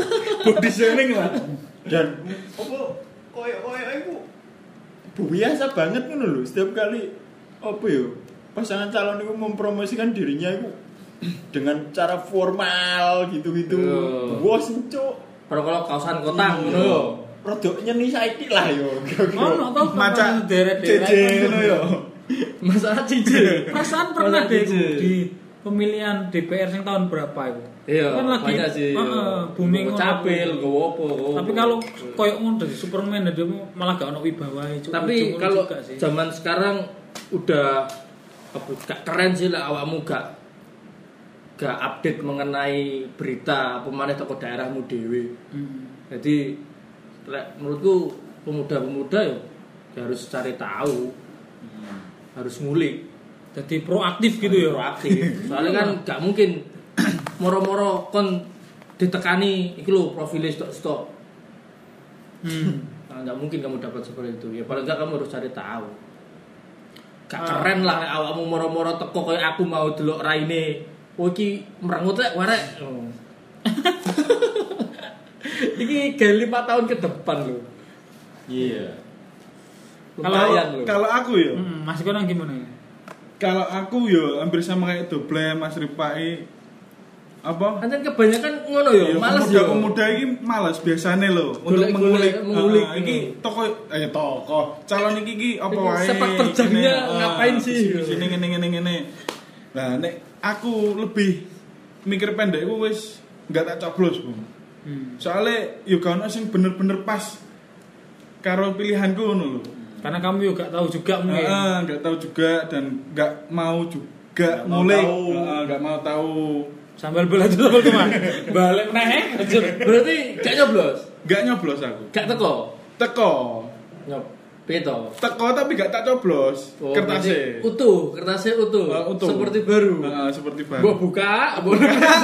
[SPEAKER 4] Body shaming lah.
[SPEAKER 5] Dan apa koyo-koyo iku biasa banget ngono lho. Setiap kali apa yo pasangan calon itu mempromosikan dirinya itu dengan cara formal gitu-gitu.
[SPEAKER 2] Yo.
[SPEAKER 5] Wah, sencuk.
[SPEAKER 2] Kalau kalau kaosan kotang ngono
[SPEAKER 5] Iya.
[SPEAKER 2] lho.
[SPEAKER 5] Rodok nyeni saiki lah yo.
[SPEAKER 2] Iya.
[SPEAKER 3] Ono tau
[SPEAKER 4] Maca
[SPEAKER 3] deret-deret.
[SPEAKER 4] Cece ngono ya.
[SPEAKER 2] Masalah cicil.
[SPEAKER 3] Perasaan pernah deh
[SPEAKER 2] Cece.
[SPEAKER 3] di pemilihan DPR sing tahun berapa itu?
[SPEAKER 2] Iya,
[SPEAKER 3] kan lagi
[SPEAKER 2] banyak sih.
[SPEAKER 3] Heeh, booming
[SPEAKER 2] Nggo
[SPEAKER 3] ngono.
[SPEAKER 2] capil, gue opo. nggo
[SPEAKER 3] Tapi
[SPEAKER 2] opo.
[SPEAKER 3] kalau koyok ngono dari Superman dari malah gak ono wibawae Cuk.
[SPEAKER 2] tapi
[SPEAKER 3] Ujung-ujung
[SPEAKER 2] kalau
[SPEAKER 3] juga sih.
[SPEAKER 2] zaman sekarang udah apa, gak keren sih lah awakmu gak gak update mengenai berita pemanah toko daerahmu dewe.
[SPEAKER 3] Hmm.
[SPEAKER 2] Jadi lek menurutku pemuda-pemuda ya ya harus cari tahu. Hmm. Harus ngulik.
[SPEAKER 3] Jadi proaktif gitu ya.
[SPEAKER 2] proaktif. Soalnya kan gak mungkin moro-moro kon ditekani iki lho profile stok-stok.
[SPEAKER 3] Hmm.
[SPEAKER 2] Nah, nggak mungkin kamu dapat seperti itu. Ya paling nggak kamu harus cari tahu. Gak keren lah nek awakmu moro-moro teko kayak aku mau delok raine. Oh iki merengut lek warek. Oh. iki gaya lima tahun ke depan lho.
[SPEAKER 5] Iya.
[SPEAKER 3] Kalau-
[SPEAKER 2] Lumayan lho.
[SPEAKER 4] Kalau aku ya,
[SPEAKER 3] Hmm, Mas Konang gimana?
[SPEAKER 4] kalau aku ya hampir sama kayak Doble, Mas Ripai apa?
[SPEAKER 2] Anjen kebanyakan ngono yo, males
[SPEAKER 4] pemuda,
[SPEAKER 2] Iya, yo.
[SPEAKER 4] pemuda Iya, ini males biasanya lo untuk
[SPEAKER 2] Golek-golek, eh,
[SPEAKER 4] mengulik
[SPEAKER 2] mengulik.
[SPEAKER 4] Ah, iki toko eh toko calon iki iki apa
[SPEAKER 2] Iki
[SPEAKER 4] wae
[SPEAKER 2] sepak terjangnya
[SPEAKER 4] Ini, ah,
[SPEAKER 2] ngapain sih?
[SPEAKER 4] kesini- sini ngene ngene ngene nah nek aku lebih mikir pendek aku wis nggak tak coblos Bung
[SPEAKER 3] Hmm.
[SPEAKER 4] soalnya yo gak ono sing bener-bener pas karo pilihanku ngono lho
[SPEAKER 3] Karena kamu juga tahu juga mungkin.
[SPEAKER 4] Heeh, nggak tahu juga dan nggak mau juga
[SPEAKER 5] Nggak mau
[SPEAKER 4] ngulik
[SPEAKER 5] tahu.
[SPEAKER 4] Heeh, nggak mau tahu
[SPEAKER 3] Sambal belajar sambal teman. Balik meneh. eh,
[SPEAKER 2] Berarti gak nyoblos,
[SPEAKER 4] nggak nyoblos aku
[SPEAKER 2] gak teko.
[SPEAKER 4] teko
[SPEAKER 2] Nyob. Beto.
[SPEAKER 4] teko tapi gak tak coblos
[SPEAKER 2] Oh, berarti
[SPEAKER 4] kertasnya
[SPEAKER 2] utuh, kertasnya utuh.
[SPEAKER 4] Eh, utuh.
[SPEAKER 2] Seperti baru.
[SPEAKER 4] Heeh, seperti bahan
[SPEAKER 2] Mbok buka, mbok buka.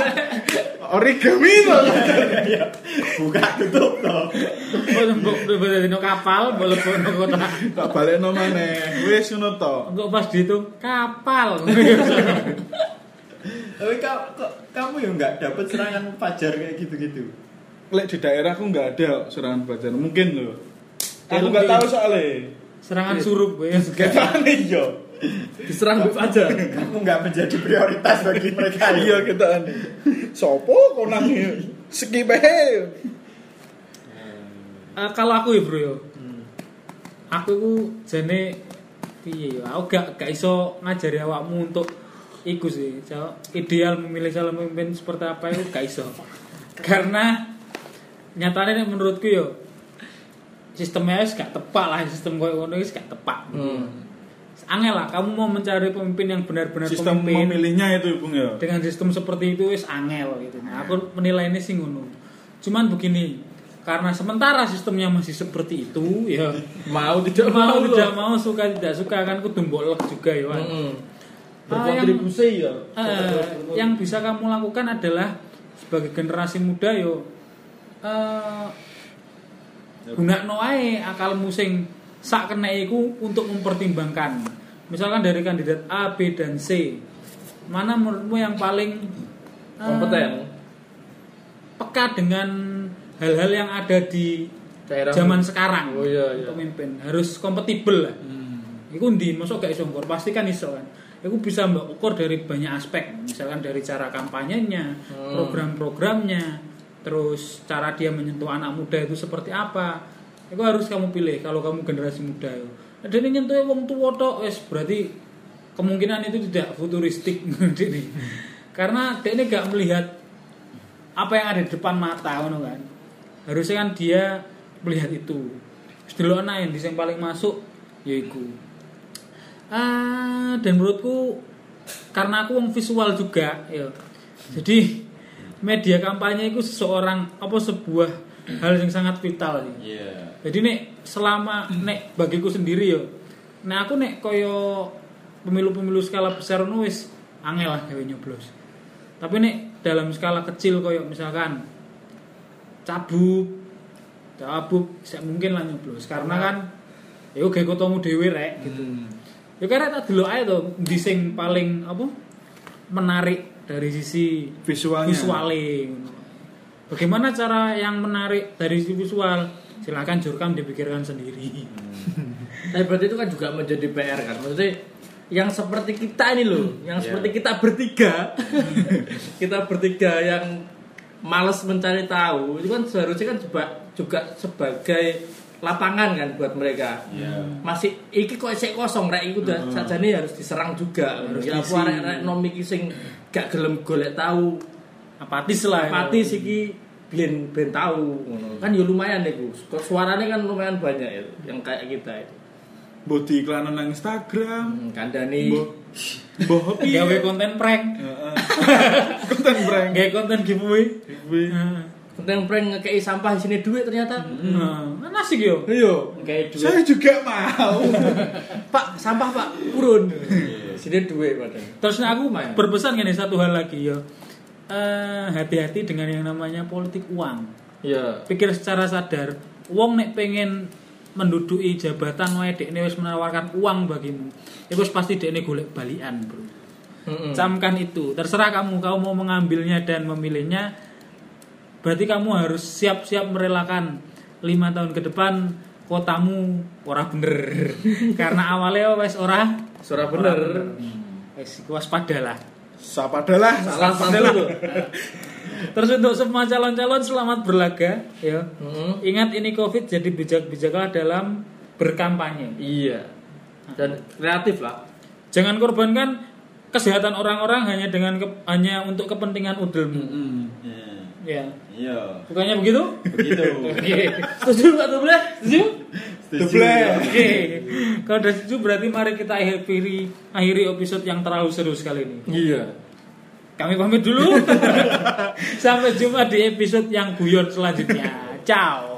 [SPEAKER 4] origami loh
[SPEAKER 5] Buka tutup toh.
[SPEAKER 3] Mbok dari kapal, mbok lebok no kota.
[SPEAKER 4] tak balik nomane wis ngono to
[SPEAKER 3] Enggak pas di itu kapal.
[SPEAKER 5] Tapi ka- kok kamu yang nggak dapet serangan fajar kayak gitu-gitu.
[SPEAKER 4] lek di daerahku nggak ada serangan belajar mungkin loh aku
[SPEAKER 3] Dalam
[SPEAKER 4] nggak
[SPEAKER 3] di-
[SPEAKER 4] tahu soalnya
[SPEAKER 3] Serangan surup ya.
[SPEAKER 4] Gimana yo?
[SPEAKER 2] Diserang bib aja.
[SPEAKER 5] Kamu nggak menjadi prioritas bagi mereka. ya?
[SPEAKER 4] Iya
[SPEAKER 5] gitu.
[SPEAKER 4] kita aneh. Sopo konang iki? skip ae.
[SPEAKER 3] Eh, kalau aku ya bro yo. Aku ku jane piye yo. Aku gak gak iso ngajari awakmu untuk iku sih. Cok. Ideal memilih calon pemimpin seperti apa itu gak iso. Karena nyatanya nek menurutku yo sistemnya wis gak tepat lah sistem koyo ngono wis gak tepat.
[SPEAKER 2] Hmm.
[SPEAKER 3] Aneh lah kamu mau mencari pemimpin yang benar-benar
[SPEAKER 4] Sistem
[SPEAKER 3] pemimpin.
[SPEAKER 4] memilihnya itu Bung ya.
[SPEAKER 3] dengan sistem seperti itu wis angel gitu. Nah, aku menilai ini sih ngono. Cuman begini, karena sementara sistemnya masih seperti itu ya
[SPEAKER 2] Mau tidak
[SPEAKER 3] mau
[SPEAKER 2] loh.
[SPEAKER 3] tidak mau suka tidak suka kan aku bolok juga ya. Wan.
[SPEAKER 2] Mm-mm.
[SPEAKER 3] Ah, yang-
[SPEAKER 2] Berkontribusi ya.
[SPEAKER 3] Eh, yang bisa kamu lakukan adalah sebagai generasi muda yo eh gunakno ae akalmu sing sak kena iku untuk mempertimbangkan. Misalkan dari kandidat A, B dan C. Mana menurutmu yang paling eh,
[SPEAKER 2] kompeten
[SPEAKER 3] peka dengan hal-hal yang ada di
[SPEAKER 2] daerah
[SPEAKER 3] zaman sekarang
[SPEAKER 2] Oh, iya, Hmm. iya.
[SPEAKER 3] pemimpin harus kompatibel lah. Iku ndi masuk gak iso ngkor? pasti kan iso kan. itu bisa mbak ukur dari banyak aspek misalkan dari cara kampanyenya
[SPEAKER 2] Hmm.
[SPEAKER 3] program-programnya terus cara dia menyentuh anak muda itu seperti apa itu harus kamu pilih kalau kamu generasi muda yo dan ini nyentuhnya wong tua tok wes berarti kemungkinan itu tidak futuristik ini karena dia ini gak melihat apa yang ada di depan mata ngono kan harusnya kan dia melihat itu sedelok yang yang paling masuk yaiku ah dan menurutku karena aku wong visual juga ya jadi media kampanye itu seseorang apa sebuah hal yang sangat vital ya.
[SPEAKER 5] Iya.
[SPEAKER 3] Jadi nek selama nek bagiku sendiri yo. Nek aku nek koyo pemilu-pemilu skala besar nu wis angel lah gawe nyoblos. Tapi nek dalam skala kecil koyo misalkan cabuk cabuk sak mungkin lah nyoblos karena kan yo gawe kotomu dhewe rek gitu. Yo karena tak delok ae to ndi sing paling apa menarik dari sisi
[SPEAKER 4] Visualnya.
[SPEAKER 3] visuale. Bagaimana cara yang menarik dari sisi visual? Silakan jurkam dipikirkan sendiri.
[SPEAKER 2] Tapi berarti itu kan juga menjadi PR kan. Maksudnya yang seperti kita ini loh, yang seperti kita bertiga, kita bertiga yang males mencari tahu, itu kan seharusnya kan juga, juga sebagai lapangan kan buat mereka.
[SPEAKER 5] iya,
[SPEAKER 2] Masih iki kok isih kosong rek iku udah sajane harus diserang juga. Harus ya apa rek rek nom iki sing gak gelem golek tahu
[SPEAKER 3] Apatis lah.
[SPEAKER 2] apatis iki ben ben tahu ngono. Kan ya lumayan iku. Suaranya kan lumayan banyak itu yang kayak kita itu.
[SPEAKER 4] Mbok diiklanan nang Instagram.
[SPEAKER 2] Hmm, kandani
[SPEAKER 4] Mbok mbok iya.
[SPEAKER 3] Gawe konten prank,
[SPEAKER 4] Heeh. Konten prank.
[SPEAKER 3] gawe konten giveaway.
[SPEAKER 4] Gue.
[SPEAKER 3] Nah,
[SPEAKER 2] konten prank ngekei sampah di sini duit ternyata
[SPEAKER 3] Hmm. nah, asik yo.
[SPEAKER 2] iya ngekei duit
[SPEAKER 4] Saya juga mau.
[SPEAKER 2] pak sampah pak turun sini duit padahal
[SPEAKER 3] Terus nek aku
[SPEAKER 2] Lumayan.
[SPEAKER 3] berpesan gini satu hal lagi yo. Eh, hati-hati dengan yang namanya politik uang.
[SPEAKER 2] iya
[SPEAKER 3] pikir secara sadar wong nek pengen menduduki jabatan wae dekne wis menawarkan uang bagimu iku wis pasti dekne golek balian bro camkan itu terserah kamu kamu mau mengambilnya dan memilihnya berarti kamu harus siap-siap merelakan lima tahun ke depan kotamu ora bener karena awalnya wes ora
[SPEAKER 2] suara bener
[SPEAKER 3] wes iku waspada lah
[SPEAKER 4] Sapa adalah
[SPEAKER 2] salah satu loh
[SPEAKER 3] terus untuk semua calon-calon selamat berlaga ya
[SPEAKER 2] Mm-mm.
[SPEAKER 3] Ingat ini COVID jadi bijak-bijaklah dalam berkampanye.
[SPEAKER 2] iya dan kreatif lah
[SPEAKER 3] Jangan korbankan kesehatan orang-orang hanya dengan ke- hanya untuk kepentingan udelmu.
[SPEAKER 5] Iya.
[SPEAKER 3] Ya.
[SPEAKER 5] Iya.
[SPEAKER 3] Bukannya begitu?
[SPEAKER 5] Begitu.
[SPEAKER 3] Oke. Setuju Pak Tuble? Setuju?
[SPEAKER 4] Deble.
[SPEAKER 3] Oke. Kalau udah setuju berarti mari kita akhiri akhiri episode yang terlalu seru sekali ini.
[SPEAKER 2] iya
[SPEAKER 3] Kami pamit dulu. Sampai jumpa di episode yang guyon selanjutnya. Ciao.